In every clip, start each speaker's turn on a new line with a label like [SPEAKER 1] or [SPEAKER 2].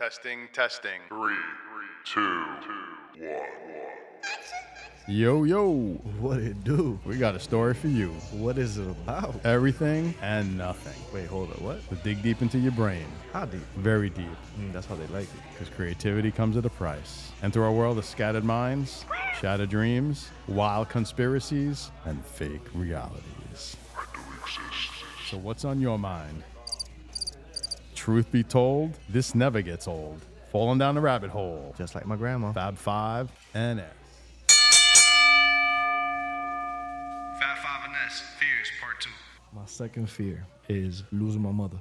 [SPEAKER 1] Testing, testing.
[SPEAKER 2] Three, two, one.
[SPEAKER 1] Yo, yo,
[SPEAKER 3] What it do?
[SPEAKER 1] we got a story for you.
[SPEAKER 3] What is it about?
[SPEAKER 1] Everything and nothing.
[SPEAKER 3] Wait, hold up. What?
[SPEAKER 1] So dig deep into your brain,
[SPEAKER 3] How deep?
[SPEAKER 1] very deep,
[SPEAKER 3] Mm, that's how they like it.
[SPEAKER 1] because creativity comes at a price. Enter a world of scattered minds, shattered dreams, wild conspiracies, and fake realities. So, what's on your mind? Truth be told, this never gets old. Falling down the rabbit hole.
[SPEAKER 3] Just like my grandma.
[SPEAKER 1] Fab Five and S.
[SPEAKER 4] Fat Five and S Fears Part Two.
[SPEAKER 5] My second fear is losing my mother,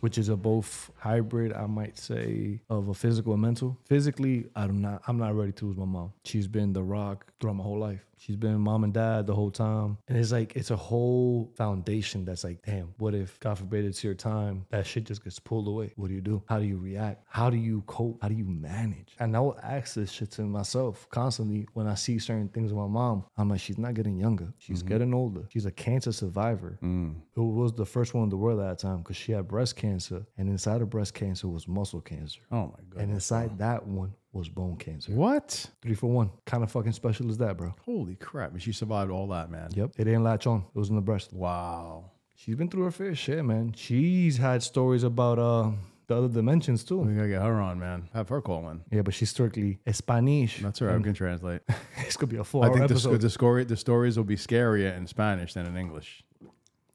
[SPEAKER 5] which is a both hybrid, I might say, of a physical and mental. Physically, I'm not I'm not ready to lose my mom. She's been the rock throughout my whole life. She's been mom and dad the whole time. And it's like it's a whole foundation that's like, damn, what if God forbid it's your time? That shit just gets pulled away. What do you do? How do you react? How do you cope? How do you manage? And I will ask this shit to myself constantly when I see certain things with my mom. I'm like, she's not getting younger. She's getting older. She's a cancer survivor who was the first one in the world at that time because she had breast cancer, and inside of breast cancer was muscle cancer,
[SPEAKER 1] Oh my God.
[SPEAKER 5] and inside that one was bone cancer.
[SPEAKER 1] What?
[SPEAKER 5] Three for one. Kind of fucking special is that, bro?
[SPEAKER 1] Holy crap. And she survived all that, man.
[SPEAKER 5] Yep. It didn't latch on. It was in the breast.
[SPEAKER 1] Wow.
[SPEAKER 5] She's been through her fair share, man. She's had stories about uh the other dimensions
[SPEAKER 1] We
[SPEAKER 5] too.
[SPEAKER 1] gotta get her on, man. Have her call in.
[SPEAKER 5] Yeah, but she's strictly Spanish.
[SPEAKER 1] That's her. I can translate.
[SPEAKER 5] This could be a four
[SPEAKER 1] I
[SPEAKER 5] hour
[SPEAKER 1] think the, sc-
[SPEAKER 5] episode.
[SPEAKER 1] the story, the stories will be scarier in Spanish than in English.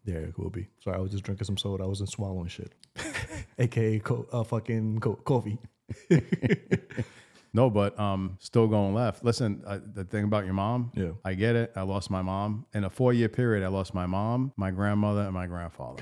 [SPEAKER 5] there it will be. Sorry, I was just drinking some soda. I wasn't swallowing shit. AKA co- uh, fucking co- coffee.
[SPEAKER 1] No, but um, still going left. Listen, uh, the thing about your mom,
[SPEAKER 5] Yeah.
[SPEAKER 1] I get it. I lost my mom in a four-year period. I lost my mom, my grandmother, and my grandfather.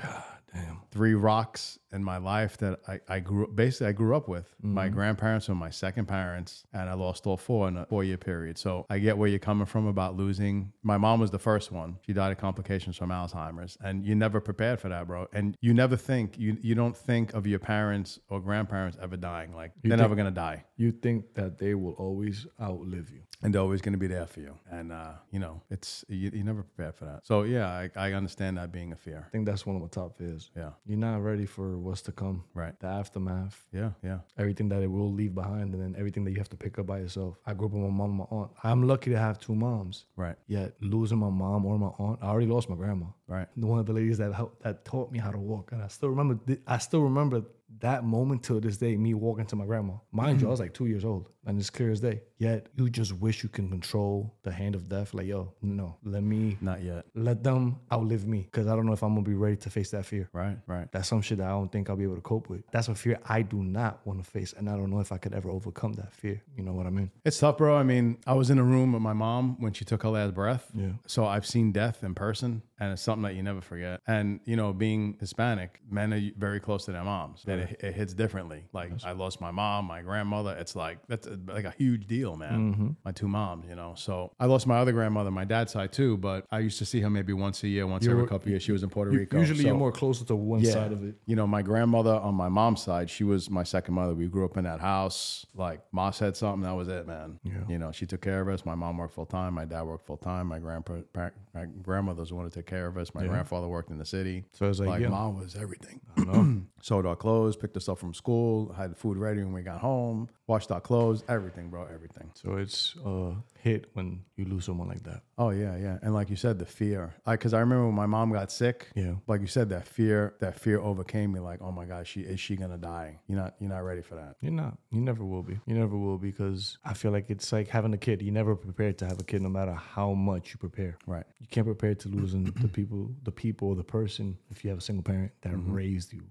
[SPEAKER 5] Damn.
[SPEAKER 1] Three rocks in my life that I, I grew basically I grew up with
[SPEAKER 5] Mm-hmm.
[SPEAKER 1] my grandparents and my second parents, and I lost all four in a four-year period. So I get where you're coming from about losing. My mom was the first one. She died of complications from Alzheimer's, and you never prepared for that, bro. And you never think you you don't think of your parents or grandparents ever dying. Like they're never gonna die
[SPEAKER 5] You think that they will always outlive you.
[SPEAKER 1] and they're always going to be there for you. And uh, you know, it's you, you never prepare for that. So yeah, I, I understand that being a fear.
[SPEAKER 5] I think that's one of my top fears.
[SPEAKER 1] Yeah,
[SPEAKER 5] You're not ready for what's to come.
[SPEAKER 1] Right.
[SPEAKER 5] The aftermath,
[SPEAKER 1] yeah, yeah.
[SPEAKER 5] everything that it will leave behind, and then everything that you have to pick up by yourself. I grew up with my mom and my aunt. I'm lucky to have two moms.
[SPEAKER 1] Right,
[SPEAKER 5] Yet losing my mom or my aunt, I already lost my grandma.
[SPEAKER 1] right.
[SPEAKER 5] One of the ladies that helped, that taught me how to walk, and I still remember. thi- I still remember that moment to this day. Me walking to my grandma. Mind you, I was like two years old, and it's clear as day. Yet you just wish you can control the hand of death. Like yo, no, let me
[SPEAKER 1] Not yet.
[SPEAKER 5] let them outlive me because I don't know if I'm gonna be ready to face that fear.
[SPEAKER 1] Right, right.
[SPEAKER 5] That's some shit that I don't think I'll be able to cope with. That's a fear I do not want to face, and I don't know if I could ever overcome that fear. You know what I mean?
[SPEAKER 1] It's tough, bro. I mean, I was in a room with my mom when she took her last breath.
[SPEAKER 5] Yeah.
[SPEAKER 1] So I've seen death in person, and it's something that you never forget. And you know, being Hispanic, men are very close to their moms. That it, it hits differently. Like I lost my mom, my grandmother. It's like that's a, like a huge deal, man.
[SPEAKER 5] Mm-hmm.
[SPEAKER 1] My two moms, you know. So I lost my other grandmother, my dad's side too. But I used to see her maybe once a year, once every couple years. She was in Puerto Rico.
[SPEAKER 5] Usually, you're
[SPEAKER 1] So-
[SPEAKER 5] more closer to one
[SPEAKER 1] yeah.
[SPEAKER 5] side of it.
[SPEAKER 1] You know, my grandmother on my mom's side, she was my second mother. We grew up in that house. Like, mom said something, that was it, man. You know, she took care of us. My mom worked full time. My dad worked full time. My grandpa, par- my grandmother's the one to take care of us. My grandfather worked in the city. So
[SPEAKER 5] it was like, yeah.
[SPEAKER 1] mom was everything. Sewed our clothes, picked us up from school, had the food ready when we got home, washed our clothes, everything, bro, everything.
[SPEAKER 5] So it's uh, hit when you lose someone like that.
[SPEAKER 1] Oh yeah, yeah, and like you said, the fear. I because I remember when my mom got sick.
[SPEAKER 5] Yeah.
[SPEAKER 1] like you said, that fear, that fear overcame me. Like, oh my God, she is she gonna die? You're not, you're not ready for that.
[SPEAKER 5] You're not. You never will be. You never will because I feel like it's like having a kid. You never prepared to have a kid, no matter how much you prepare.
[SPEAKER 1] Right.
[SPEAKER 5] You can't prepare to losing the people, the people, or the person if you have a single parent that raised you,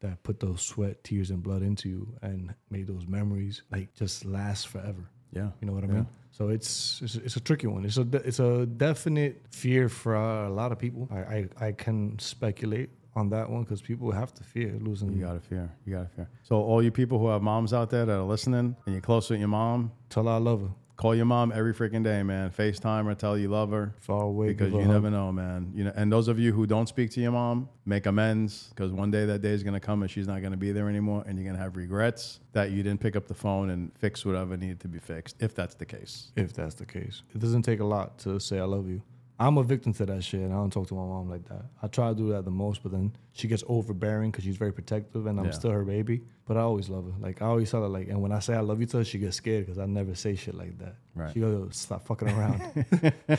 [SPEAKER 5] that put those sweat, tears, and blood into you, and made those memories like just last forever.
[SPEAKER 1] Yeah.
[SPEAKER 5] You know what I mean? So it's, it's it's a tricky one. It's a de- it's a definite fear for a lot of people. I I, I can speculate on that one because people have to fear losing.
[SPEAKER 1] You gotta fear. You gotta fear. So all you people who have moms out there that are listening and you're close with your mom,
[SPEAKER 5] Tell I love her
[SPEAKER 1] call your mom every freaking day, man. FaceTime her, tell her you love her.
[SPEAKER 5] far away
[SPEAKER 1] Because
[SPEAKER 5] give her
[SPEAKER 1] you
[SPEAKER 5] a hug.
[SPEAKER 1] never know, man. You know, and those of you who don't speak to your mom, make amends. Because one day that day is gonna come and she's not gonna be there anymore, and you're gonna have regrets that you didn't pick up the phone and fix whatever needed to be fixed, if that's the case.
[SPEAKER 5] if that's the case. It doesn't take a lot to say I love you. I'm a victim to that shit, and I don't talk to my mom like that. I try to do that the most, but then she gets overbearing because she's very protective, and I'm
[SPEAKER 1] Yeah.
[SPEAKER 5] still her baby. But I always love her. Like I always tell her, like, and when I say I love you to her, she gets scared because I never say shit like that.
[SPEAKER 1] Right.
[SPEAKER 5] She goes, "Yo, "Stop fucking around.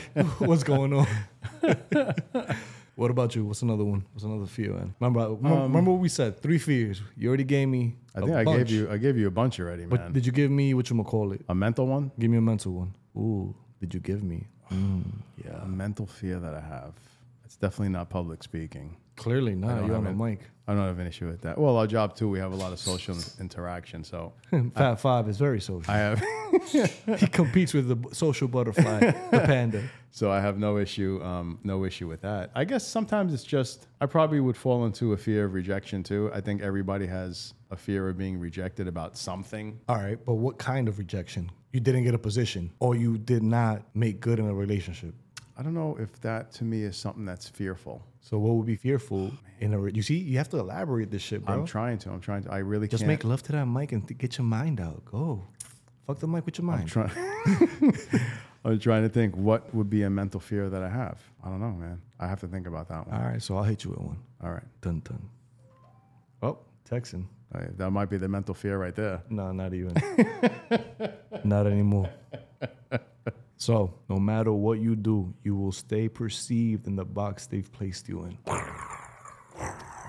[SPEAKER 5] What's going on?" What about you? What's another one? What's another fear, man? Remember, I- remember what we said? Three fears. You already gave me.
[SPEAKER 1] Um, I
[SPEAKER 5] a
[SPEAKER 1] think I
[SPEAKER 5] bunch,
[SPEAKER 1] gave you I gave you a bunch already,
[SPEAKER 5] But
[SPEAKER 1] man.
[SPEAKER 5] did you give me what you call it?
[SPEAKER 1] a mental one?
[SPEAKER 5] Give me a mental one. Ooh, did you give me? Mm, yeah.
[SPEAKER 1] A mental fear that I have. It's definitely not public speaking.
[SPEAKER 5] Clearly not. You're on a
[SPEAKER 1] have
[SPEAKER 5] mic.
[SPEAKER 1] I don't have an issue with that. Well, our job too, we have a lot of social interaction, so
[SPEAKER 5] Fat Five is very social.
[SPEAKER 1] I have
[SPEAKER 5] he competes with the b- social butterfly, the panda.
[SPEAKER 1] so I have no issue, um, no issue with that. I guess sometimes it's just I probably would fall into a fear of rejection too. I think everybody has a fear of being rejected about something.
[SPEAKER 5] All right, but what kind of rejection? You didn't get a position, or you did not make good in a relationship.
[SPEAKER 1] I don't know if that to me is something that's fearful.
[SPEAKER 5] So what would be fearful in a? Re- you see, you have to elaborate this shit, bro.
[SPEAKER 1] I'm trying to. I'm trying to. I really
[SPEAKER 5] Just
[SPEAKER 1] can't.
[SPEAKER 5] make love to that mic and th- get your mind out. Go. Fuck the mic with your mind.
[SPEAKER 1] try- I'm trying to think what would be a mental fear that I have. I don't know, man. I have to think about that one.
[SPEAKER 5] All right, so I'll hit you with one.
[SPEAKER 1] All right.
[SPEAKER 5] Dun dun. Oh, Texan.
[SPEAKER 1] All right. That might be the mental fear right there.
[SPEAKER 5] No, not even. not anymore. So, no matter what you do, you will stay perceived in the box they've placed you in.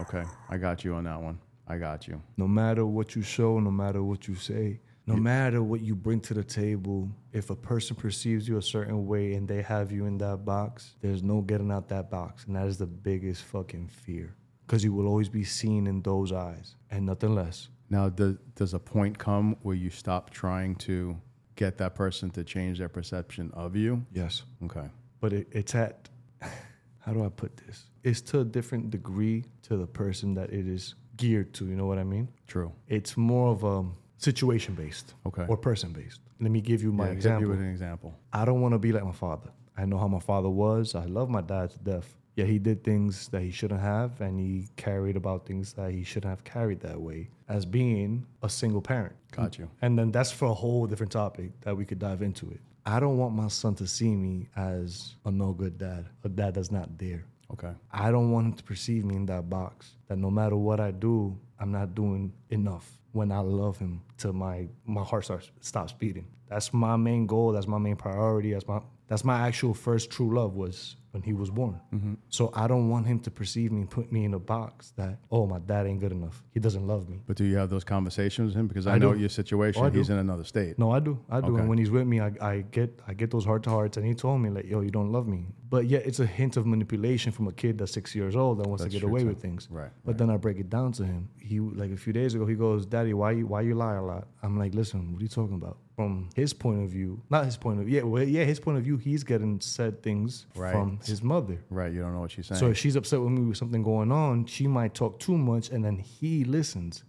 [SPEAKER 1] Okay. I got you on that one. I got you.
[SPEAKER 5] No matter what you show, no matter what you say, no matter what you bring to the table, if a person perceives you a certain way and they have you in that box, there's no getting out that box. And that is the biggest fucking fear. Because you will always be seen in those eyes and nothing less.
[SPEAKER 1] Now, does, does a point come where you stop trying to get that person to change their perception of you?
[SPEAKER 5] Yes.
[SPEAKER 1] Okay.
[SPEAKER 5] but it, it's at how do I put this? It's to a different degree to the person that it is geared to. You know what I mean?
[SPEAKER 1] True.
[SPEAKER 5] It's more of a situation based,
[SPEAKER 1] Okay.
[SPEAKER 5] or person based. Let me give you my
[SPEAKER 1] Yeah,
[SPEAKER 5] example.
[SPEAKER 1] Give you an example.
[SPEAKER 5] I don't want to be like my father. I know how my father was. I love my dad to death. Yeah, he did things that he shouldn't have, and he carried about things that he shouldn't have carried that way as being a single parent.
[SPEAKER 1] Got you.
[SPEAKER 5] And then that's for a whole different topic that we could dive into it. I don't want my son to see me as a no good dad, a dad that's not there.
[SPEAKER 1] Okay.
[SPEAKER 5] I don't want him to perceive me in that box that no matter what I do, I'm not doing enough when I love him till my my heart starts stops beating. That's my main goal. That's my main priority. That's my that's my actual first true love was when he was born. So I don't want him to perceive me, put me in a box that oh my dad ain't good enough. He doesn't love me.
[SPEAKER 1] But do you have those conversations with him? Because I, know
[SPEAKER 5] do.
[SPEAKER 1] your situation.
[SPEAKER 5] Oh, I do.
[SPEAKER 1] He's in another state.
[SPEAKER 5] No, I do. I do.
[SPEAKER 1] Okay.
[SPEAKER 5] And when he's with me, I, I get I get those heart to hearts. And he told me like, yo, you don't love me. But yet it's a hint of manipulation from a kid that's six years old that wants to get away with things.
[SPEAKER 1] Right,
[SPEAKER 5] But then I break it down to him. He like a few days ago, he goes, Daddy, why you why you lie a lot? I'm like, listen, what are you talking about? From his point of view, not his point of view. Yeah, well, yeah, his point of view, he's getting said things
[SPEAKER 1] Right.
[SPEAKER 5] from his mother.
[SPEAKER 1] Right. You don't know what she's saying.
[SPEAKER 5] So if she's upset with me with something going on, she might talk too much, and then he listens.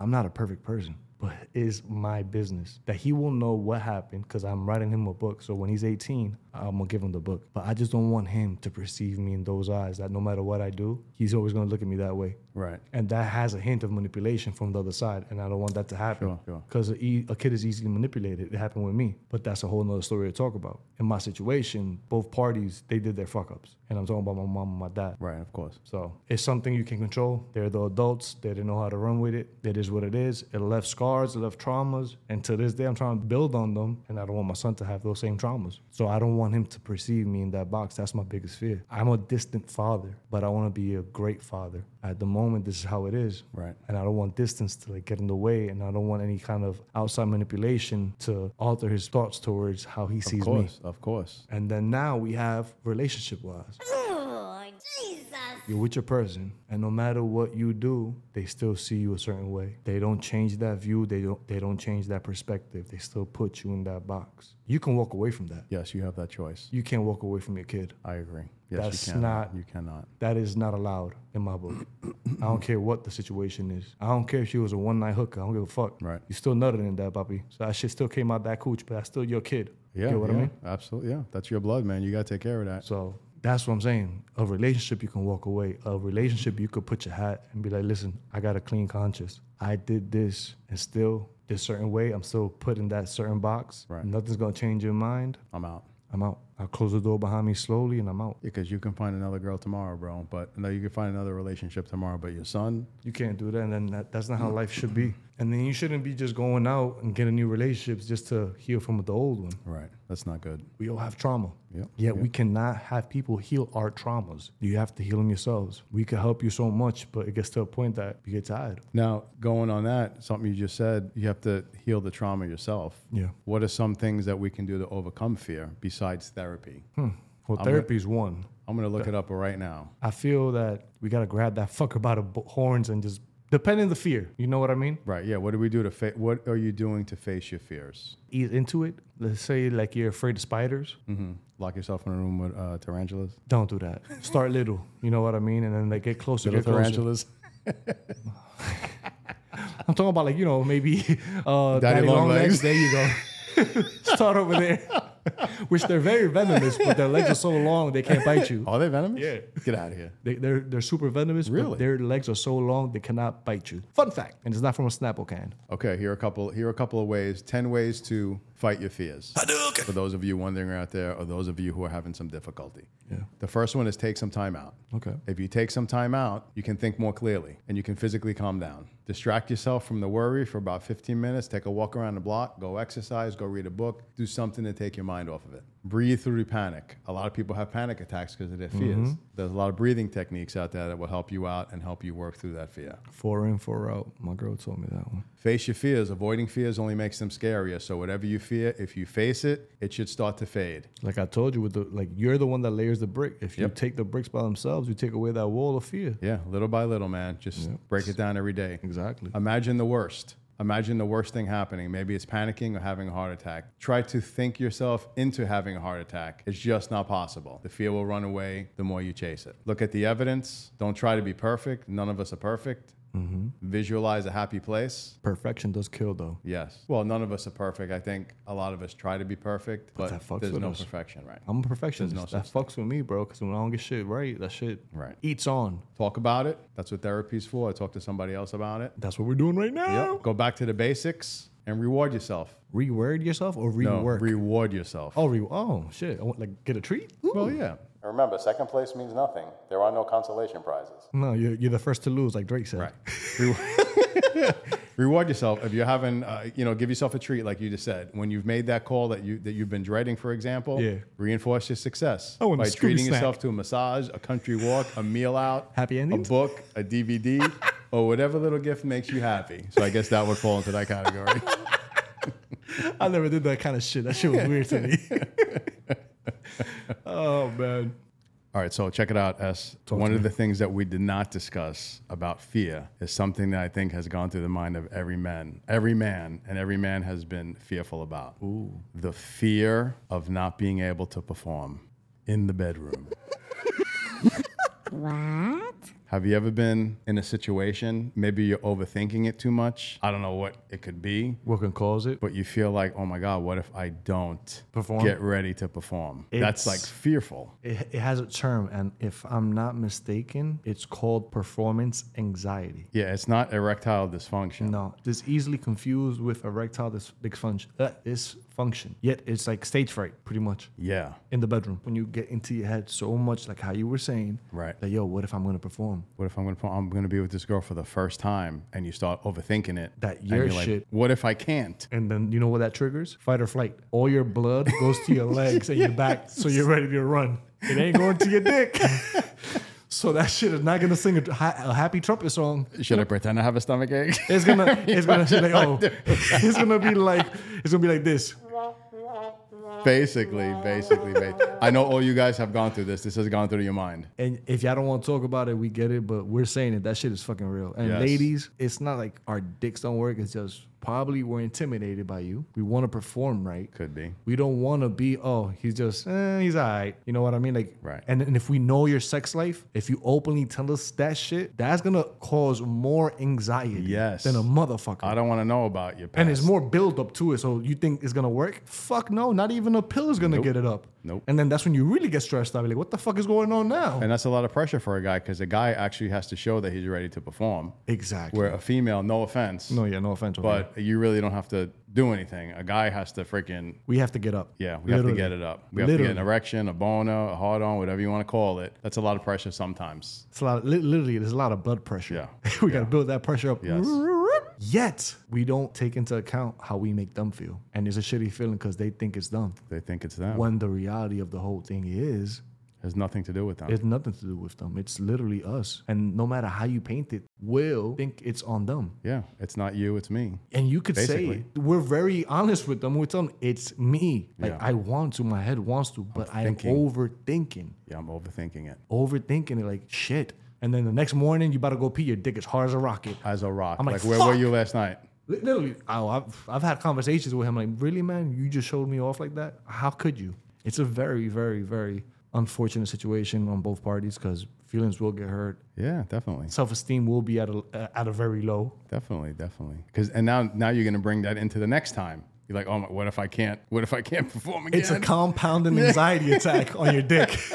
[SPEAKER 5] I'm not a perfect person, but it's my business that he will know what happened because I'm writing him a book. So when he's 18, I'm gonna give him the book. But I just don't want him to perceive me in those eyes that no matter what I do, he's always gonna look at me that way.
[SPEAKER 1] right.
[SPEAKER 5] And that has a hint of manipulation from the other side, and I don't want that to happen
[SPEAKER 1] Sure, sure.
[SPEAKER 5] because a, kid is easily manipulated. It happened with me, but that's a whole nother story to talk about. In my situation, both parties they did their fuck ups, and I'm talking about my mom and my dad.
[SPEAKER 1] Right. Of course.
[SPEAKER 5] So it's something you can control. They're the adults. They didn't know how to run with it. That is what it is. It left scars. It left traumas. And to this day, I'm trying to build on them. And I don't want my son to have those same traumas. So I don't want him to perceive me in that box. That's my biggest fear. I'm a distant father, but I want to be a great father. At the moment, this is how it is.
[SPEAKER 1] Right.
[SPEAKER 5] And I don't want distance to like get in the way. And I don't want any kind of outside manipulation to alter his thoughts towards how he
[SPEAKER 1] Of
[SPEAKER 5] sees me.
[SPEAKER 1] course. Of course.
[SPEAKER 5] And then now we have relationship wise.
[SPEAKER 6] Oh, Jesus.
[SPEAKER 5] You're with your person, and no matter what you do, they still see you a certain way. They don't change that view. They don't. They don't change that perspective. They still put you in that box. You can walk away from that.
[SPEAKER 1] Yes. You have that choice.
[SPEAKER 5] You can't walk away from your kid.
[SPEAKER 1] I agree. Yes.
[SPEAKER 5] That's
[SPEAKER 1] you cannot.
[SPEAKER 5] not-
[SPEAKER 1] You cannot.
[SPEAKER 5] That is not allowed in my book. I don't care what the situation is. I don't care if she was a one night hooker. I don't give a fuck.
[SPEAKER 1] Right.
[SPEAKER 5] You still nutted in that, puppy. So that shit still came out that cooch, but that's still your kid.
[SPEAKER 1] Yeah.
[SPEAKER 5] You know what
[SPEAKER 1] yeah,
[SPEAKER 5] I mean?
[SPEAKER 1] Absolutely. Yeah. That's your blood, man. You got to take care of that.
[SPEAKER 5] So that's what I'm saying. A relationship you can walk away. A relationship you could put your hat and be like, listen, I got a clean conscience. I did this and still this certain way. I'm still put in that certain box.
[SPEAKER 1] Right.
[SPEAKER 5] Nothing's gonna change your mind.
[SPEAKER 1] I'm out.
[SPEAKER 5] I'm out. I'll close the door behind me slowly and I'm out.
[SPEAKER 1] Because you can find another girl tomorrow, bro. But no, you can find another relationship tomorrow. But your son,
[SPEAKER 5] You can't do that, and then that, that's not how life should be. And then you shouldn't be just going out and getting new relationships just to heal from the old one.
[SPEAKER 1] right? That's not good.
[SPEAKER 5] We all have trauma.
[SPEAKER 1] Yep.
[SPEAKER 5] Yet we cannot have people heal our traumas. You have to heal them yourselves. We could help you so much, but it gets to a point that you get tired.
[SPEAKER 1] Now, going on that, something you just said, you have to heal the trauma yourself.
[SPEAKER 5] Yeah.
[SPEAKER 1] What are some things that we can do to overcome fear besides therapy?
[SPEAKER 5] Well, therapy's one.
[SPEAKER 1] I'm gonna look it up right now.
[SPEAKER 5] I feel that we gotta grab that fucker by the b- horns and just depending on the fear. You know what I mean?
[SPEAKER 1] Right. Yeah. What do we do to face? What are you doing to face your fears?
[SPEAKER 5] Ease into it. Let's say like you're afraid of spiders.
[SPEAKER 1] Mm. Lock yourself in a room with uh, tarantulas.
[SPEAKER 5] Don't do that. Start little. You know what I mean? And then they get closer.
[SPEAKER 1] Little
[SPEAKER 5] Get closer.
[SPEAKER 1] tarantulas.
[SPEAKER 5] I'm talking about like you know maybe uh,
[SPEAKER 1] Daddy
[SPEAKER 5] daddy,
[SPEAKER 1] long
[SPEAKER 5] long
[SPEAKER 1] legs.
[SPEAKER 5] legs. There you go. Start over there. Which they're very venomous, but their legs are so long they can't bite you.
[SPEAKER 1] Are they venomous?
[SPEAKER 5] Yeah.
[SPEAKER 1] Get out of here.
[SPEAKER 5] They, they're they're super venomous. but
[SPEAKER 1] Really?
[SPEAKER 5] their legs are so long they cannot bite you. Fun fact, and it's not from a Snapple can.
[SPEAKER 1] Okay. Here are a couple. Here are a couple of ways. Ten ways to fight your fears. For those of you wondering out there, or those of you who are having some difficulty.
[SPEAKER 5] Yeah.
[SPEAKER 1] The first one is take some time out.
[SPEAKER 5] Okay.
[SPEAKER 1] If you take some time out, you can think more clearly and you can physically calm down. Distract yourself from the worry for about 15 minutes. Take a walk around the block, go exercise, go read a book, do something to take your mind off of it. Breathe through the panic. A lot of people have panic attacks because of their fears.
[SPEAKER 5] Mm-hmm.
[SPEAKER 1] There's a lot of breathing techniques out there that will help you out and help you work through that fear.
[SPEAKER 5] Four in, four out. My girl told me that one.
[SPEAKER 1] Face your fears. Avoiding fears only makes them scarier. So, whatever you fear, if you face it, it should start to fade.
[SPEAKER 5] Like I told you, with the like you're the one that layers the brick. If you
[SPEAKER 1] Yep.
[SPEAKER 5] take the bricks by themselves, you take away that wall of fear.
[SPEAKER 1] Yeah, little by little, man. Just break it down every day.
[SPEAKER 5] Exactly.
[SPEAKER 1] Imagine the worst. Imagine the worst thing happening. Maybe it's panicking or having a heart attack. Try to think yourself into having a heart attack. It's just not possible. The fear will run away the more you chase it. Look at the evidence. Don't try to be perfect. None of us are perfect.
[SPEAKER 5] Mm-hmm.
[SPEAKER 1] Visualize a happy place.
[SPEAKER 5] Perfection does kill though.
[SPEAKER 1] Yes. Well, none of us are perfect. I think a lot of us try to be perfect, but,
[SPEAKER 5] that fucks
[SPEAKER 1] there's
[SPEAKER 5] with
[SPEAKER 1] no
[SPEAKER 5] us.
[SPEAKER 1] perfection, right?
[SPEAKER 5] I'm a perfectionist.
[SPEAKER 1] no
[SPEAKER 5] that
[SPEAKER 1] such
[SPEAKER 5] fucks with me, bro. Because when I don't get shit right, that shit
[SPEAKER 1] Right.
[SPEAKER 5] eats on.
[SPEAKER 1] Talk about it. That's what therapy's for. Talk to somebody else about it.
[SPEAKER 5] That's what we're doing right now.
[SPEAKER 1] Yep. Go back to the basics and reward yourself.
[SPEAKER 5] Reword yourself or
[SPEAKER 1] No,
[SPEAKER 5] rework.
[SPEAKER 1] reward yourself.
[SPEAKER 5] oh, re- oh shit! I want, like get a treat. Ooh.
[SPEAKER 1] Well, yeah. And remember, second place means nothing. There are no consolation prizes.
[SPEAKER 5] No, you're, you're the first to lose, like Drake said.
[SPEAKER 1] Right. Re- Reward yourself if you're having, uh, you know, give yourself a treat, like you just said. When you've made that call that you that you've been dreading, for example,
[SPEAKER 5] Yeah.
[SPEAKER 1] reinforce your success
[SPEAKER 5] Oh, and
[SPEAKER 1] by
[SPEAKER 5] a Scooby
[SPEAKER 1] treating
[SPEAKER 5] snack.
[SPEAKER 1] yourself to a massage, a country walk, a meal out,
[SPEAKER 5] Happy
[SPEAKER 1] a
[SPEAKER 5] endings?
[SPEAKER 1] book, a DVD, or whatever little gift makes you happy. So I guess that would fall into that category.
[SPEAKER 5] I never did that kind of shit. That shit was weird to me. oh man.
[SPEAKER 1] All right, so check it out, S. One of the things that we did not discuss about fear is something that I think has gone through the mind of every man, every man, and every man has been fearful about. Ooh. The fear of not being able to perform in the bedroom. Have you ever been in a situation, maybe you're overthinking it too much? I don't know what it could be,
[SPEAKER 5] What can cause it?
[SPEAKER 1] but you feel like, oh my God, what if I don't
[SPEAKER 5] Perform?
[SPEAKER 1] get ready to perform? That's
[SPEAKER 5] It's-
[SPEAKER 1] like fearful.
[SPEAKER 5] It, it has a term, and if I'm not mistaken, it's called performance anxiety.
[SPEAKER 1] Yeah, it's not erectile dysfunction.
[SPEAKER 5] No, it's easily confused with erectile dys- dysfunction. Uh, dysfunction. Yet it's like stage fright, pretty much.
[SPEAKER 1] Yeah.
[SPEAKER 5] In the bedroom, when you get into your head so much, like how you were saying,
[SPEAKER 1] Right.
[SPEAKER 5] That yo, what if I'm gonna perform?
[SPEAKER 1] What if I'm gonna pro- I'm gonna be with this girl for the first time and you start overthinking it?
[SPEAKER 5] That
[SPEAKER 1] and
[SPEAKER 5] your
[SPEAKER 1] you're like,
[SPEAKER 5] shit.
[SPEAKER 1] What if I can't?
[SPEAKER 5] And then you know what that triggers? Fight or flight. All your blood goes to your legs and your back, so you're ready to run. It ain't going to your dick. so that shit is not gonna sing a, hi- a happy trumpet song.
[SPEAKER 1] Should I pretend I have a stomach ache?
[SPEAKER 5] It's gonna, it's gonna be like, oh, it's gonna be like, it's gonna be like this.
[SPEAKER 1] basically, basically, ba- I know all you guys have gone through this. This has gone through your mind.
[SPEAKER 5] And if y'all don't want to talk about it, we get it, but we're saying it. That shit is fucking real. And
[SPEAKER 1] Yes.
[SPEAKER 5] ladies, it's not like our dicks don't work. It's just probably we're intimidated by you. We want to perform right.
[SPEAKER 1] Could be.
[SPEAKER 5] We don't want to be, oh, he's just, eh, he's all right. You know what I mean? Like,
[SPEAKER 1] Right.
[SPEAKER 5] And, and if we know your sex life, if you openly tell us that shit, that's going to cause more anxiety
[SPEAKER 1] Yes.
[SPEAKER 5] than a motherfucker.
[SPEAKER 1] I don't want to know about your past.
[SPEAKER 5] and it's more build up to it. So you think it's going to work? Fuck no. Not even a pill is going to get it up.
[SPEAKER 1] Nope.
[SPEAKER 5] And then that's when you really get stressed out. You're like, what the fuck is going on now?
[SPEAKER 1] And that's a lot of pressure for a guy because a guy actually has to show that he's ready to perform.
[SPEAKER 5] exactly.
[SPEAKER 1] Where a female, no offense,
[SPEAKER 5] no, yeah, no offense. okay.
[SPEAKER 1] but you really don't have to do anything. A guy has to freaking
[SPEAKER 5] we have to get up.
[SPEAKER 1] Yeah, we have
[SPEAKER 5] Literally.
[SPEAKER 1] to get it up. We have to get an
[SPEAKER 5] Literally.
[SPEAKER 1] erection, a boner, a hard on, whatever you want to call it. That's a lot of pressure sometimes.
[SPEAKER 5] It's a lot. li- literally, there's a lot of blood pressure.
[SPEAKER 1] Yeah.
[SPEAKER 5] we got to build that pressure up.
[SPEAKER 1] Yes.
[SPEAKER 5] Yet we don't take into account how we make them feel, and it's a shitty feeling because they think it's them.
[SPEAKER 1] They think it's them.
[SPEAKER 5] When the reality of the whole thing is,
[SPEAKER 1] has nothing to do with them.
[SPEAKER 5] it's nothing to do with them. It's literally us, and no matter how you paint it, will think it's on them.
[SPEAKER 1] yeah, it's not you, it's me.
[SPEAKER 5] And you could
[SPEAKER 1] Basically.
[SPEAKER 5] say it. we're very honest with them. We tell them it's me. Like
[SPEAKER 1] Yeah.
[SPEAKER 5] I want to, my head wants to, but I am
[SPEAKER 1] thinking.
[SPEAKER 5] overthinking.
[SPEAKER 1] Yeah, I'm overthinking it.
[SPEAKER 5] overthinking it like shit. And then the next morning, you about to go pee. Your dick is hard as a rocket.
[SPEAKER 1] As a rock.
[SPEAKER 5] I'm
[SPEAKER 1] like,
[SPEAKER 5] like,
[SPEAKER 1] where were
[SPEAKER 5] "Fuck."
[SPEAKER 1] you last night?
[SPEAKER 5] Li- Literally, oh, I've I've had conversations with him. Like, really, man, you just showed me off like that. How could you? It's a very, very, very unfortunate situation on both parties because feelings will get hurt.
[SPEAKER 1] Yeah, definitely.
[SPEAKER 5] Self esteem will be at a at a very low.
[SPEAKER 1] Definitely, definitely. Cause and now now you're gonna bring that into the next time. You're like, oh my, what if I can't what if I can't perform again?
[SPEAKER 5] It's a compounding anxiety attack on your dick.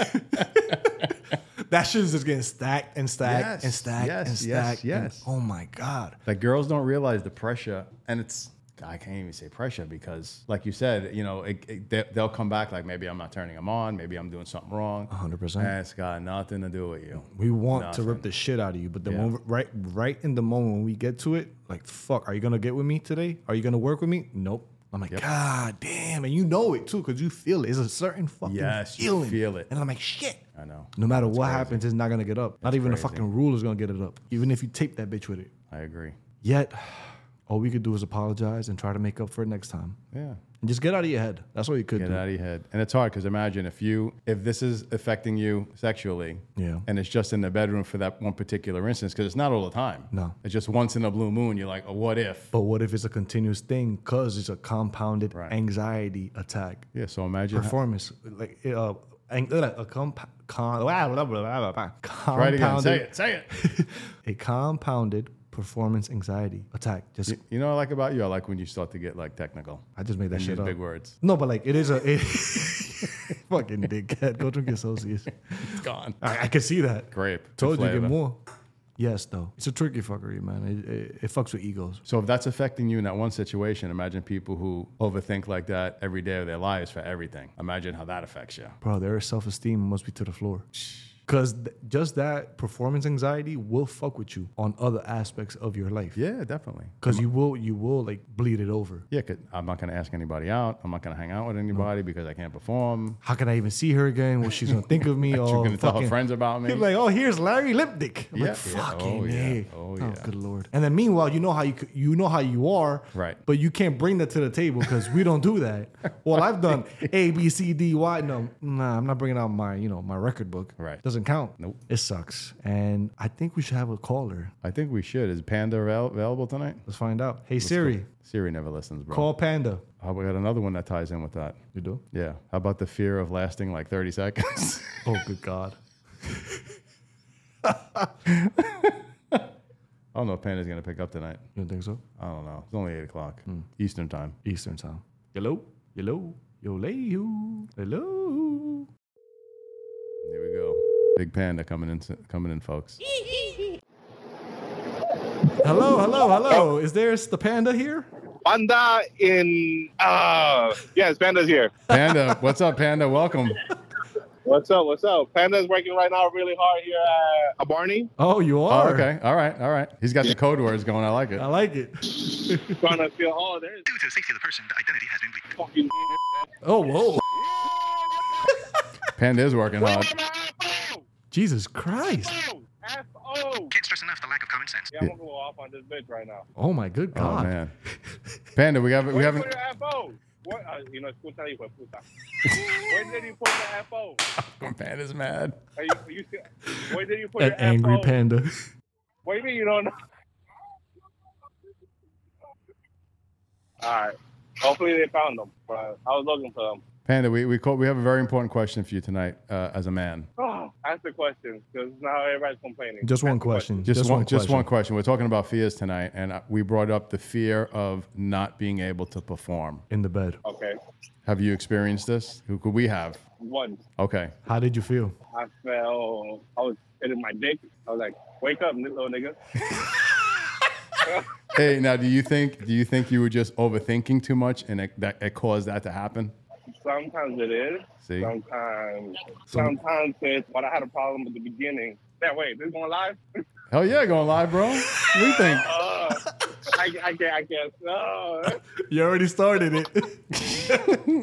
[SPEAKER 5] that shit's just getting stacked and stacked
[SPEAKER 1] Yes,
[SPEAKER 5] and stacked
[SPEAKER 1] yes,
[SPEAKER 5] and
[SPEAKER 1] yes,
[SPEAKER 5] stacked. and-
[SPEAKER 1] yes.
[SPEAKER 5] oh my god.
[SPEAKER 1] Like girls don't realize the pressure, and it's I can't even say pressure because, like you said, you know, it, it- they, they'll come back like maybe I'm not turning them on, maybe I'm doing something wrong.
[SPEAKER 5] 100%.
[SPEAKER 1] And It's got nothing to do with you.
[SPEAKER 5] We want to rip the shit out of you, but the
[SPEAKER 1] Yeah.
[SPEAKER 5] moment, right, right in the moment when we get to it, like fuck, are you gonna get with me today? Are you gonna work with me? Nope. I'm like, god damn, and you know it too, cause you feel it. It's a certain fucking
[SPEAKER 1] Yes, you
[SPEAKER 5] feeling.
[SPEAKER 1] feel it.
[SPEAKER 5] and I'm like, shit.
[SPEAKER 1] I know.
[SPEAKER 5] No matter what happens, it's not gonna get up. not even a
[SPEAKER 1] crazy.
[SPEAKER 5] fucking rule is gonna get it up. Even if you tape that bitch with it.
[SPEAKER 1] I agree.
[SPEAKER 5] Yet, all we could do is apologize and try to make up for it next time.
[SPEAKER 1] Yeah.
[SPEAKER 5] And just get out of your head. That's all you could
[SPEAKER 1] Get
[SPEAKER 5] do.
[SPEAKER 1] out of your head. And it's hard because imagine if you if this is affecting you sexually,
[SPEAKER 5] Yeah.
[SPEAKER 1] and it's just in the bedroom for that one particular instance because it's not all the time.
[SPEAKER 5] No.
[SPEAKER 1] it's just once in a blue moon. You're like, oh, what if?
[SPEAKER 5] But what if it's a continuous thing? Cause it's a compounded
[SPEAKER 1] Right.
[SPEAKER 5] anxiety attack.
[SPEAKER 1] Yeah. So imagine.
[SPEAKER 5] performance, like uh, and, uh, a comp- con- blah, blah, blah, blah, blah, compounded,
[SPEAKER 1] Try it again. Say it. Say it.
[SPEAKER 5] a compounded performance anxiety attack. Just
[SPEAKER 1] You know what I like about you? I like when you start to get like technical.
[SPEAKER 5] I just made that
[SPEAKER 1] and use
[SPEAKER 5] shit up.
[SPEAKER 1] big words.
[SPEAKER 5] No, but like it is a it, fucking dickhead. Go drink your Celsius.
[SPEAKER 1] It's gone.
[SPEAKER 5] I, I can see that.
[SPEAKER 1] Grape. Good
[SPEAKER 5] Told you
[SPEAKER 1] flavor.
[SPEAKER 5] get more. Yes, though it's a tricky fuckery, man. It, it, it fucks with egos.
[SPEAKER 1] So if that's affecting you in that one situation, imagine people who overthink like that every day of their lives for everything. Imagine how that affects you.
[SPEAKER 5] bro, their self esteem must be to the floor. Because th- just that performance anxiety will fuck with you on other aspects of your life.
[SPEAKER 1] Yeah, definitely.
[SPEAKER 5] Because you will, you will like bleed it over.
[SPEAKER 1] Yeah, i I'm not going to ask anybody out. I'm not going to hang out with anybody because I can't perform.
[SPEAKER 5] How can I even see her again? What she's gonna think of me?
[SPEAKER 1] gonna
[SPEAKER 5] oh,
[SPEAKER 1] tell her
[SPEAKER 5] fucking-
[SPEAKER 1] friends about me?
[SPEAKER 5] People like, oh, here's Larry Lipdick. I'm
[SPEAKER 1] Yeah,
[SPEAKER 5] like,
[SPEAKER 1] yeah.
[SPEAKER 5] fucking
[SPEAKER 1] Oh, yeah.
[SPEAKER 5] A.
[SPEAKER 1] Oh,
[SPEAKER 5] Oh,
[SPEAKER 1] yeah.
[SPEAKER 5] good lord. And then meanwhile, you know how you c- you know how you are,
[SPEAKER 1] Right.
[SPEAKER 5] But you can't bring that to the table because we don't do that. Well, I've done A, B, C, D, Y. No, nah, I'm not bringing out my you know my record book.
[SPEAKER 1] Right.
[SPEAKER 5] doesn't count.
[SPEAKER 1] Nope.
[SPEAKER 5] it sucks. And I think we should have a caller.
[SPEAKER 1] I think we should. Is Panda avail- available tonight?
[SPEAKER 5] Let's find out. Hey Siri,
[SPEAKER 1] Siri never listens, bro.
[SPEAKER 5] call Panda.
[SPEAKER 1] Oh, we got another one that ties in with that.
[SPEAKER 5] You do?
[SPEAKER 1] Yeah. How about the fear of lasting like 30 seconds?
[SPEAKER 5] Oh, good god.
[SPEAKER 1] I don't know if Panda's going to pick up tonight.
[SPEAKER 5] You don't think so?
[SPEAKER 1] I don't know. It's only 8 o'clock Eastern time.
[SPEAKER 5] Eastern time. Hello, hello, yo, leo, hello.
[SPEAKER 1] Here we go. Big Panda coming in, coming in, folks.
[SPEAKER 5] Hello, hello, hello. Is there the panda here?
[SPEAKER 7] Panda in uh yes, Panda's here.
[SPEAKER 1] Panda, what's up, Panda? Welcome.
[SPEAKER 7] What's up? What's up? Panda's working right now really hard here at Barney,
[SPEAKER 5] Oh, you
[SPEAKER 1] Oh,
[SPEAKER 5] are.
[SPEAKER 1] okay. All right. All right. He's got the code words going. I like it.
[SPEAKER 5] I like it.
[SPEAKER 7] trying to feel oh there's
[SPEAKER 4] Due to the safety of the person, the identity has been leaked.
[SPEAKER 7] fucking
[SPEAKER 5] Oh, whoa.
[SPEAKER 1] Panda is working hard.
[SPEAKER 5] Jesus Christ.
[SPEAKER 7] F O.
[SPEAKER 4] Can't stress enough the lack of common sense.
[SPEAKER 7] Yeah, I'm gonna go off on this bitch right now.
[SPEAKER 5] Oh my good
[SPEAKER 1] Oh
[SPEAKER 5] God.
[SPEAKER 1] man, Panda, we haven't we
[SPEAKER 7] Where you
[SPEAKER 1] haven't
[SPEAKER 7] put your F O? What uh, you know, school tell you what puta. Where did you put the F O?
[SPEAKER 1] Oh, Panda's mad.
[SPEAKER 7] Are you, are you still- where did you put
[SPEAKER 5] That
[SPEAKER 7] your
[SPEAKER 5] angry
[SPEAKER 7] FO?
[SPEAKER 5] panda.
[SPEAKER 7] What do you mean you don't know? All right. Hopefully they found them, but I was looking for them.
[SPEAKER 1] Panda, we we, call, we have a very important question for you tonight uh, as a man.
[SPEAKER 7] Oh, ask the question because now everybody's complaining.
[SPEAKER 5] Just
[SPEAKER 7] Ask
[SPEAKER 5] one
[SPEAKER 7] the
[SPEAKER 5] question.
[SPEAKER 1] Just, one, just
[SPEAKER 5] question.
[SPEAKER 1] one question. We're talking about fears tonight, and uh, we brought up the fear of not being able to perform.
[SPEAKER 5] In the bed.
[SPEAKER 7] Okay.
[SPEAKER 1] Have you experienced this? Who could we have?
[SPEAKER 7] One.
[SPEAKER 1] Okay.
[SPEAKER 5] How did you feel?
[SPEAKER 7] I fell. I was hitting my dick. I was like, wake up, little nigga.
[SPEAKER 1] Hey, now do you think do you think you were just overthinking too much, and it, that it caused that to happen?
[SPEAKER 7] Sometimes it is.
[SPEAKER 1] See?
[SPEAKER 7] Sometimes. Sometimes it's what I had a problem with the beginning. That way, this going live?
[SPEAKER 1] Hell yeah, going live, bro. What do you think?
[SPEAKER 7] Uh, I, I can't. I guess. Uh,
[SPEAKER 5] You already started it.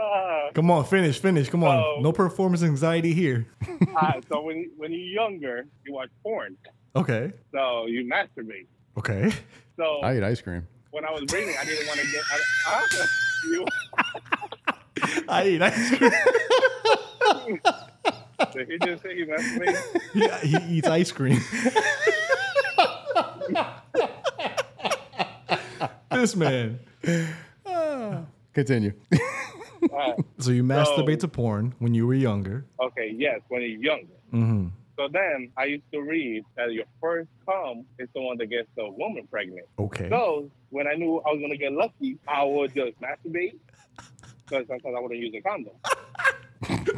[SPEAKER 7] uh.
[SPEAKER 5] Come on, finish, finish. Come on.
[SPEAKER 7] Oh.
[SPEAKER 5] No performance anxiety here.
[SPEAKER 7] Ah, so when when you're younger, you watch porn.
[SPEAKER 5] Okay.
[SPEAKER 7] So you masturbate.
[SPEAKER 5] Okay.
[SPEAKER 7] So
[SPEAKER 1] I eat ice cream.
[SPEAKER 7] when I was reading, I didn't want to get. I, huh? you,
[SPEAKER 5] I eat ice cream.
[SPEAKER 7] did he just say you masturbate?
[SPEAKER 5] Yeah, he eats ice cream. this man.
[SPEAKER 1] Continue.
[SPEAKER 7] Ah,
[SPEAKER 5] So you masturbate to porn when you were younger.
[SPEAKER 7] okay, yes, when you're younger.
[SPEAKER 5] Mm-hmm.
[SPEAKER 7] So then I used to read that your first cum is the one that gets the woman pregnant.
[SPEAKER 5] Okay.
[SPEAKER 7] So when I knew I was gonna get lucky, I would just masturbate because sometimes I wouldn't use a condom.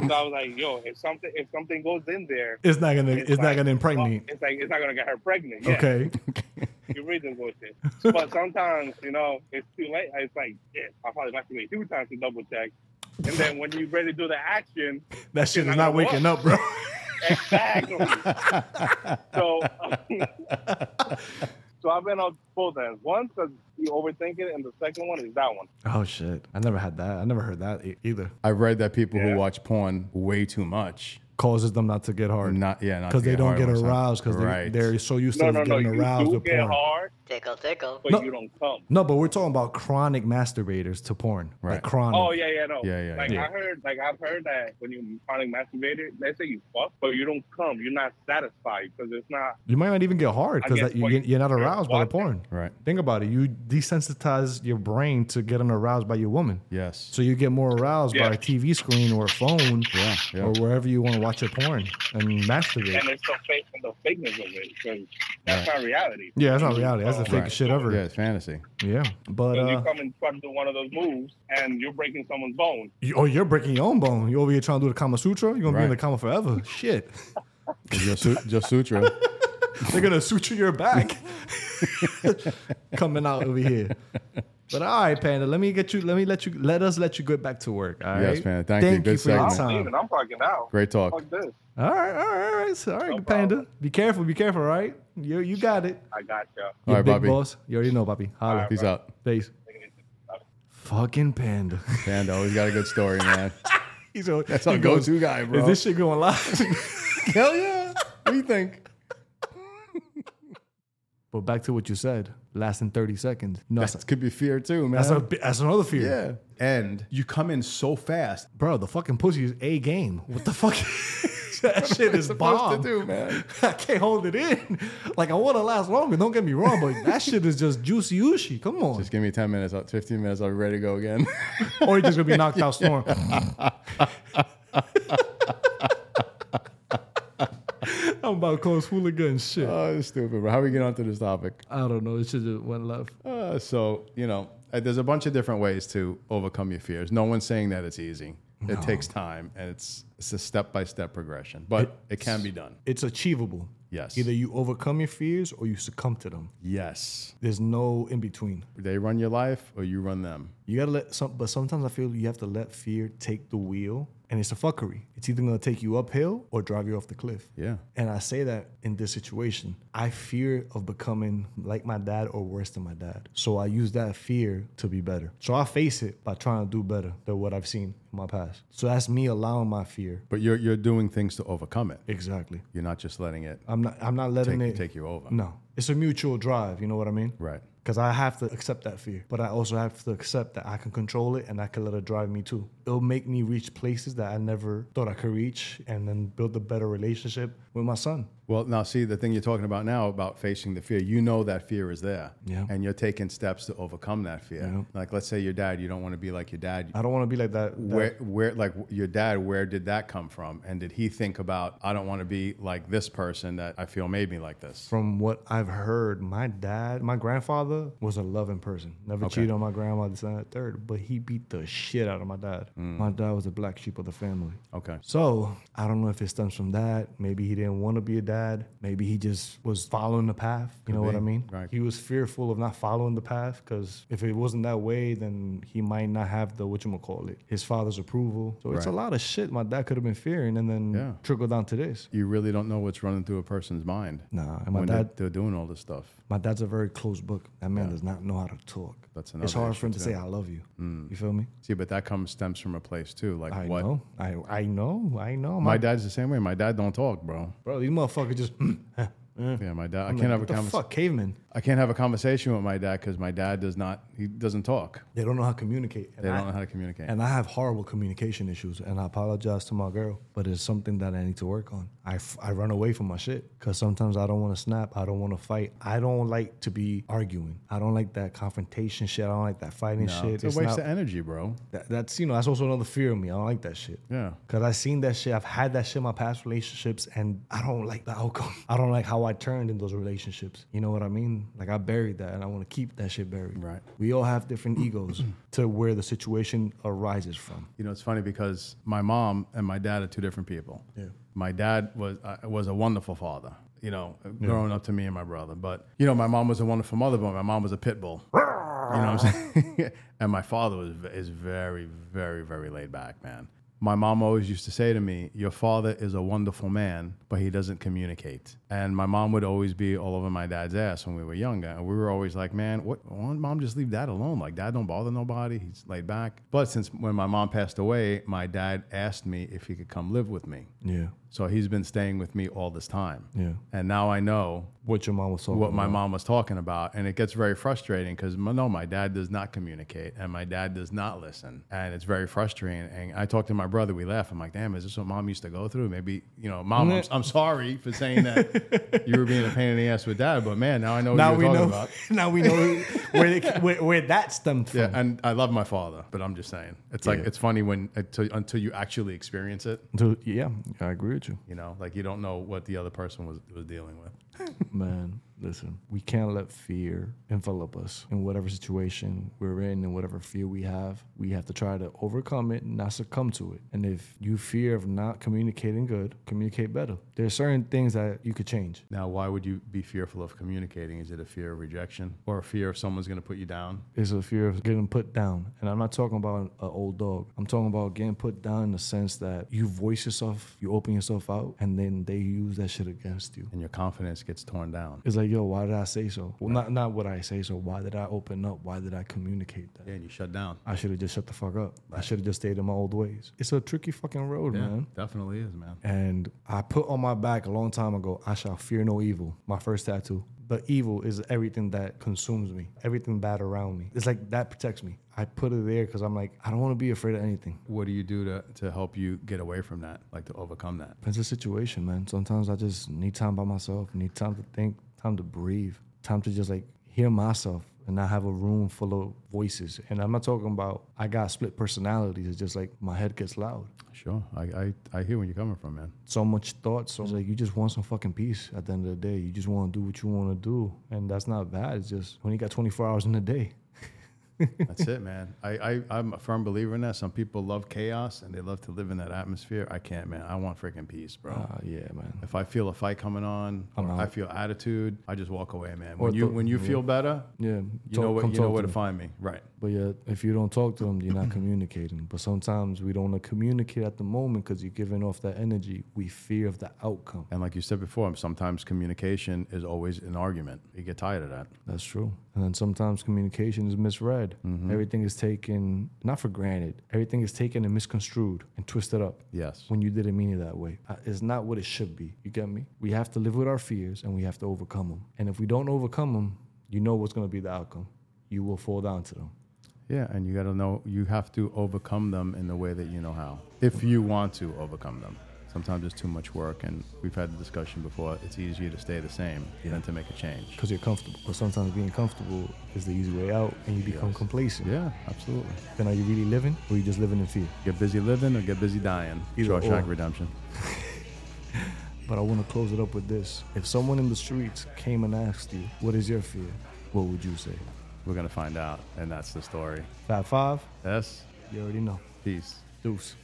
[SPEAKER 7] so I was like, yo, if something if something goes in there,
[SPEAKER 5] It's not gonna. It's, not
[SPEAKER 7] like,
[SPEAKER 5] gonna
[SPEAKER 7] well,
[SPEAKER 5] impregnate.
[SPEAKER 7] it's like it's not gonna get her pregnant. Yeah,
[SPEAKER 5] Okay.
[SPEAKER 7] you read this bullshit. But sometimes you know it's too late. It's like shit, I probably masturbate two times to double check. And then when you ready to do the action,
[SPEAKER 5] That shit
[SPEAKER 7] It's
[SPEAKER 5] is not
[SPEAKER 7] not gonna
[SPEAKER 5] waking
[SPEAKER 7] work.
[SPEAKER 5] up, bro.
[SPEAKER 7] Exactly. so, so I've been on both ends. One because you overthink it, and the second one is that one.
[SPEAKER 5] Oh shit! I never had that. I never heard that e- either.
[SPEAKER 1] I've read that people
[SPEAKER 7] Yeah.
[SPEAKER 1] who watch porn way too much
[SPEAKER 5] Causes them not to get
[SPEAKER 1] are
[SPEAKER 5] hard
[SPEAKER 1] not yeah not
[SPEAKER 5] because
[SPEAKER 1] to
[SPEAKER 5] they don't
[SPEAKER 1] hard
[SPEAKER 5] get
[SPEAKER 1] all the time.
[SPEAKER 5] aroused because
[SPEAKER 1] right.
[SPEAKER 5] they're, they're so used
[SPEAKER 7] No,
[SPEAKER 5] to
[SPEAKER 7] no, no.
[SPEAKER 5] getting
[SPEAKER 7] You
[SPEAKER 5] aroused
[SPEAKER 7] do
[SPEAKER 5] with
[SPEAKER 7] get
[SPEAKER 5] porn.
[SPEAKER 7] hard,
[SPEAKER 6] Tickle, tickle.
[SPEAKER 7] but
[SPEAKER 5] No.
[SPEAKER 7] you don't come.
[SPEAKER 5] No, but we're talking about chronic masturbators to porn. Right.
[SPEAKER 1] Right.
[SPEAKER 5] Like chronic.
[SPEAKER 7] Oh yeah, yeah, no.
[SPEAKER 1] Yeah, yeah,
[SPEAKER 7] Like
[SPEAKER 1] yeah.
[SPEAKER 7] I heard, like I've heard that when you finally masturbated, let's say you fuck, but you don't come. You're not satisfied because it's not.
[SPEAKER 5] You might not even get hard
[SPEAKER 7] I
[SPEAKER 5] because
[SPEAKER 7] guess
[SPEAKER 5] you,
[SPEAKER 7] what
[SPEAKER 5] you- you're not
[SPEAKER 7] you're
[SPEAKER 5] aroused by the
[SPEAKER 7] watching.
[SPEAKER 5] porn.
[SPEAKER 1] right.
[SPEAKER 5] Think about it. You desensitize your brain to getting aroused by your woman.
[SPEAKER 1] Yes.
[SPEAKER 5] So you get more aroused
[SPEAKER 7] Yeah.
[SPEAKER 5] by a TV screen or a phone
[SPEAKER 1] yeah, yeah.
[SPEAKER 5] or wherever you want to watch your porn and masturbate.
[SPEAKER 7] And there's the fake and the fakeness of it because that's not reality.
[SPEAKER 5] yeah, that's not reality. That's the fakest
[SPEAKER 1] Right.
[SPEAKER 5] shit ever.
[SPEAKER 1] yeah,
[SPEAKER 5] Yeah.
[SPEAKER 1] it's fantasy.
[SPEAKER 5] But
[SPEAKER 7] When you
[SPEAKER 5] uh,
[SPEAKER 7] come and try to do one of those moves, and you're breaking someone's bone.
[SPEAKER 5] you, oh, you're breaking your own bone. You over here trying to do the Kama Sutra. You're gonna be in the
[SPEAKER 1] Right.
[SPEAKER 5] Kama forever. Shit.
[SPEAKER 1] Your, su- your sutra.
[SPEAKER 5] They're gonna suture your back. Coming out over here. But all right, Panda. Let me get you. Let me let you. Let us let you get back to work. All right.
[SPEAKER 1] Yes, Panda, thank you. Good
[SPEAKER 5] for
[SPEAKER 1] segment.
[SPEAKER 5] your
[SPEAKER 7] I'm
[SPEAKER 5] time.
[SPEAKER 7] leaving. I'm fucking out.
[SPEAKER 1] Great talk.
[SPEAKER 7] Fuck this.
[SPEAKER 5] All right, all right, all right, so- all right, Panda.
[SPEAKER 7] problem.
[SPEAKER 5] Be careful, be careful, all right? You you got it.
[SPEAKER 7] I got you.
[SPEAKER 1] All
[SPEAKER 5] Your
[SPEAKER 1] right,
[SPEAKER 5] big
[SPEAKER 1] Bobby.
[SPEAKER 5] boss. You already know, Bobby. Holla.
[SPEAKER 1] Peace out.
[SPEAKER 5] Peace. Fucking Panda.
[SPEAKER 1] Panda always got a good story, man.
[SPEAKER 5] He's a,
[SPEAKER 1] That's our
[SPEAKER 5] he goes,
[SPEAKER 1] go-to guy, bro.
[SPEAKER 5] Is this shit going live?
[SPEAKER 1] Hell yeah. What do you think?
[SPEAKER 5] but back to what you said. Last in thirty seconds. No, that's,
[SPEAKER 1] That could be fear too, man.
[SPEAKER 5] that's, a, bi- that's another fear,
[SPEAKER 1] yeah. And you come in so fast.
[SPEAKER 5] bro. The fucking pussy is a game. What the fuck? that shit is
[SPEAKER 1] Supposed
[SPEAKER 5] bomb.
[SPEAKER 1] to do, man.
[SPEAKER 5] I can't hold it in. Like I want to last longer. Don't get me wrong, but that shit is just juicy ushi. Come on,
[SPEAKER 1] Just give me 10 minutes, uh, 15 minutes, I'll be ready to go again.
[SPEAKER 5] or you're just gonna be knocked out snoring. I'm about to close hooligan shit.
[SPEAKER 1] oh, it's stupid, bro. How we get onto this topic?
[SPEAKER 5] I don't know. It should have went left.
[SPEAKER 1] Uh, so you know, uh, there's a bunch of different ways to overcome your fears. No one's saying that it's easy. It takes time, and it's it's a step by step progression, but it can be done.
[SPEAKER 5] It's achievable.
[SPEAKER 1] Yes.
[SPEAKER 5] Either you overcome your fears or you succumb to them.
[SPEAKER 1] Yes,
[SPEAKER 5] There's no in between.
[SPEAKER 1] they run your life, or you run them.
[SPEAKER 5] You gotta let some, but sometimes I feel you have to let fear take the wheel, and it's a fuckery. It's either gonna take you uphill or drive you off the cliff.
[SPEAKER 1] Yeah.
[SPEAKER 5] And I say that in this situation, I fear of becoming like my dad or worse than my dad. So I use that fear to be better. So I face it by trying to do better than what I've seen in my past. So that's me allowing my fear.
[SPEAKER 1] But you're you're doing things to overcome it.
[SPEAKER 5] Exactly.
[SPEAKER 1] You're not just letting it
[SPEAKER 5] I'm not. I'm not letting
[SPEAKER 1] take,
[SPEAKER 5] it
[SPEAKER 1] take you over.
[SPEAKER 5] No, it's a mutual drive. You know what I mean?
[SPEAKER 1] Right.
[SPEAKER 5] Because I have to accept that fear, but I also have to accept that I can control it and I can let it drive me too. It'll make me reach places that I never thought I could reach and then build a better relationship with my son.
[SPEAKER 1] Well, now see the thing you're talking about now about facing the fear. You know that fear is there,
[SPEAKER 5] Yeah.
[SPEAKER 1] and you're taking steps to overcome that fear.
[SPEAKER 5] Yeah. Uh,
[SPEAKER 1] Like, let's say your dad, you don't want to be like your dad.
[SPEAKER 5] I don't want to be like that. that-
[SPEAKER 1] where, where, like your dad, where did that come from? And did he think about, I don't want to be like this person that I feel made me like this?
[SPEAKER 5] From what I've heard, my dad, my grandfather was a loving person. Never cheated on my grandma, this and that, third, but he beat the shit out of my dad.
[SPEAKER 1] Mm.
[SPEAKER 5] My dad was the black sheep of the family.
[SPEAKER 1] Okay.
[SPEAKER 5] So I don't know if it stems from that. Maybe he didn't want to be a dad. Maybe he just was following the path. You know what
[SPEAKER 1] be.
[SPEAKER 5] I mean?
[SPEAKER 1] Right.
[SPEAKER 5] He was fearful of not following the path because if it wasn't that way, then he might not have the whatchamacallit, his father's approval. So it's a
[SPEAKER 1] Right.
[SPEAKER 5] lot of shit my dad could have been fearing and then
[SPEAKER 1] Yeah.
[SPEAKER 5] trickle down to this.
[SPEAKER 1] You really don't know what's running through a person's mind
[SPEAKER 5] Nah, and my
[SPEAKER 1] when
[SPEAKER 5] dad,
[SPEAKER 1] they're, they're doing all this stuff.
[SPEAKER 5] my dad's a very closed book. That man does not know how to talk.
[SPEAKER 1] That's another
[SPEAKER 5] it's hard
[SPEAKER 1] issue
[SPEAKER 5] for him to
[SPEAKER 1] too.
[SPEAKER 5] say I love you. You feel me?
[SPEAKER 1] See, but that comes stems from a place too. Like
[SPEAKER 5] I
[SPEAKER 1] what?
[SPEAKER 5] know. I I know. I know.
[SPEAKER 1] My dad's the same way. My dad don't talk, bro.
[SPEAKER 5] bro, these motherfuckers just
[SPEAKER 1] Yeah, my dad. I can't have a
[SPEAKER 5] what the
[SPEAKER 1] conversation.
[SPEAKER 5] fuck cavemen.
[SPEAKER 1] I can't have a conversation with my dad because my dad does not. He doesn't talk.
[SPEAKER 5] They don't know how to communicate. And
[SPEAKER 1] They
[SPEAKER 5] I-
[SPEAKER 1] don't know how to communicate.
[SPEAKER 5] And I have horrible communication issues, and I apologize to my girl, but it's something that I need to work on. I, f- I run away from my shit because sometimes I don't want to snap. I don't want to fight. I don't like to be arguing. I don't like that confrontation shit. I don't like that fighting shit.
[SPEAKER 1] it's a
[SPEAKER 5] It's
[SPEAKER 1] waste
[SPEAKER 5] not-
[SPEAKER 1] of energy, bro.
[SPEAKER 5] that- that's you know that's also another fear of me. I don't like that shit.
[SPEAKER 1] Yeah.
[SPEAKER 5] Cause I've seen that shit. I've had that shit in my past relationships, and I don't like the outcome. I don't like how I turned in those relationships. You know what I mean? Like I buried that, and I want to keep that shit buried.
[SPEAKER 1] Right.
[SPEAKER 5] We all have different egos to where the situation arises from.
[SPEAKER 1] You know, it's funny because my mom and my dad are two different people. Yeah. My dad was uh, was a wonderful father. You know, growing up to me and my brother. But you know, my mom was a wonderful mother, but my mom was a pit bull. you know what I'm saying? and my father was is very, very, very laid back, man. My mom always used to say to me, "Your father is a wonderful man, but he doesn't communicate." And my mom would always be all over my dad's ass when we were younger, and we were always like, "Man, what? Why don't mom just leave dad alone? Like, dad don't bother nobody. He's laid back." But since when my mom passed away, my dad asked me if he could come live with me.
[SPEAKER 5] Yeah.
[SPEAKER 1] So he's been staying with me all this time.
[SPEAKER 5] Yeah.
[SPEAKER 1] And now I know
[SPEAKER 5] What your mom was talking
[SPEAKER 1] what my
[SPEAKER 5] about.
[SPEAKER 1] mom was talking about. And it gets very frustrating because no, my dad does not communicate and my dad does not listen. And it's very frustrating. And I talked to my brother, we laugh. I'm like, damn, is this what mom used to go through? Maybe, you know, mom, I'm, I'm sorry for saying that you were being a pain in the ass with dad, but man, now I know what
[SPEAKER 5] Now
[SPEAKER 1] you're
[SPEAKER 5] we
[SPEAKER 1] talking
[SPEAKER 5] know.
[SPEAKER 1] about.
[SPEAKER 5] Now we know where, it- where where that stemmed from.
[SPEAKER 1] Yeah, and I love my father, but I'm just saying, it's like it's funny when until, until you actually experience it,
[SPEAKER 5] So, yeah, I agree with you.
[SPEAKER 1] you know, like you don't know what the other person was was dealing with.
[SPEAKER 5] Man, listen, we can't let fear envelop us in whatever situation we're in and whatever fear we have. We have to try to overcome it and not succumb to it. And if you fear of not communicating good, communicate better. There are certain things that you could change.
[SPEAKER 1] Now, why would you be fearful of communicating? Is it a fear of rejection or a fear of someone's going to put you down?
[SPEAKER 5] It's a fear of getting put down. And I'm not talking about an old dog. I'm talking about getting put down in the sense that you voice yourself, you open yourself out, and then they use that shit against you.
[SPEAKER 1] and your confidence gets torn down.
[SPEAKER 5] It's like, yo, why did I say so? Well, not not what I say so. Why did I open up? Why did I communicate that?
[SPEAKER 1] Yeah, and you shut down.
[SPEAKER 5] I should have just shut the fuck up. I should have just stayed in my old ways. It's a tricky fucking road, man.
[SPEAKER 1] Definitely is, man.
[SPEAKER 5] And I put on my back a long time ago, I shall fear no evil. My first tattoo. The evil is everything that consumes me, everything bad around me. It's like that protects me. I put it there because I'm like, I don't want to be afraid of anything.
[SPEAKER 1] What do you do to, to help you get away from that, like to overcome that?
[SPEAKER 5] Depends the situation, man. Sometimes I just need time by myself, need time to think, time to breathe, time to just like hear myself and not have a room full of voices. And I'm not talking about I got split personalities. It's just like my head gets loud.
[SPEAKER 1] Sure. I, I, I hear where you're coming from, man.
[SPEAKER 5] so much thought. So it's like you just want some fucking peace at the end of the day. You just want to do what you want to do, and that's not bad. It's just when you got 24 hours in a day.
[SPEAKER 1] That's it, man. I, I, I'm a firm believer in that. Some people love chaos and they love to live in that atmosphere. I can't, man. I want freaking peace, bro.
[SPEAKER 5] Uh, yeah, man.
[SPEAKER 1] if I feel a fight coming on, or
[SPEAKER 5] out.
[SPEAKER 1] I feel attitude, I just walk away, man. When
[SPEAKER 5] Or
[SPEAKER 1] you
[SPEAKER 5] th-
[SPEAKER 1] when you feel better,
[SPEAKER 5] Yeah,
[SPEAKER 1] you
[SPEAKER 5] talk-
[SPEAKER 1] know what
[SPEAKER 5] come
[SPEAKER 1] you know
[SPEAKER 5] talk
[SPEAKER 1] where to
[SPEAKER 5] me.
[SPEAKER 1] find me. Right.
[SPEAKER 5] But yeah, if you don't talk to them, you're not communicating. But sometimes we don't wanna communicate at the moment because you're giving off that energy. We fear of the outcome.
[SPEAKER 1] And like you said before, sometimes communication is always an argument. You get tired of that.
[SPEAKER 5] That's true. And then sometimes communication is misread.
[SPEAKER 1] Mm-hmm.
[SPEAKER 5] Everything is taken not for granted. Everything is taken and misconstrued and twisted up.
[SPEAKER 1] Yes.
[SPEAKER 5] when you didn't mean it that way. Uh, It's not what it should be. You get me? We have to live with our fears and we have to overcome them. And if we don't overcome them, you know what's going to be the outcome. You will fall down to them.
[SPEAKER 1] Yeah, and you got to know you have to overcome them in the way that you know how, if you want to overcome them. Sometimes it's too much work, and we've had the discussion before. It's easier to stay the same than to make a change.
[SPEAKER 5] because you're comfortable. But sometimes being comfortable is the easy way out, and you become complacent.
[SPEAKER 1] Yeah, absolutely.
[SPEAKER 5] Then are you really living, or are you just living in fear?
[SPEAKER 1] Get busy living or get busy dying.
[SPEAKER 5] Either
[SPEAKER 1] Shawshank
[SPEAKER 5] or.
[SPEAKER 1] Redemption.
[SPEAKER 5] But I want to close it up with this: If someone in the streets came and asked you, "What is your fear?" What would you say?
[SPEAKER 1] We're gonna find out, and that's the story.
[SPEAKER 5] Five five.
[SPEAKER 1] Yes.
[SPEAKER 5] You already know.
[SPEAKER 1] Peace.
[SPEAKER 5] Deuce.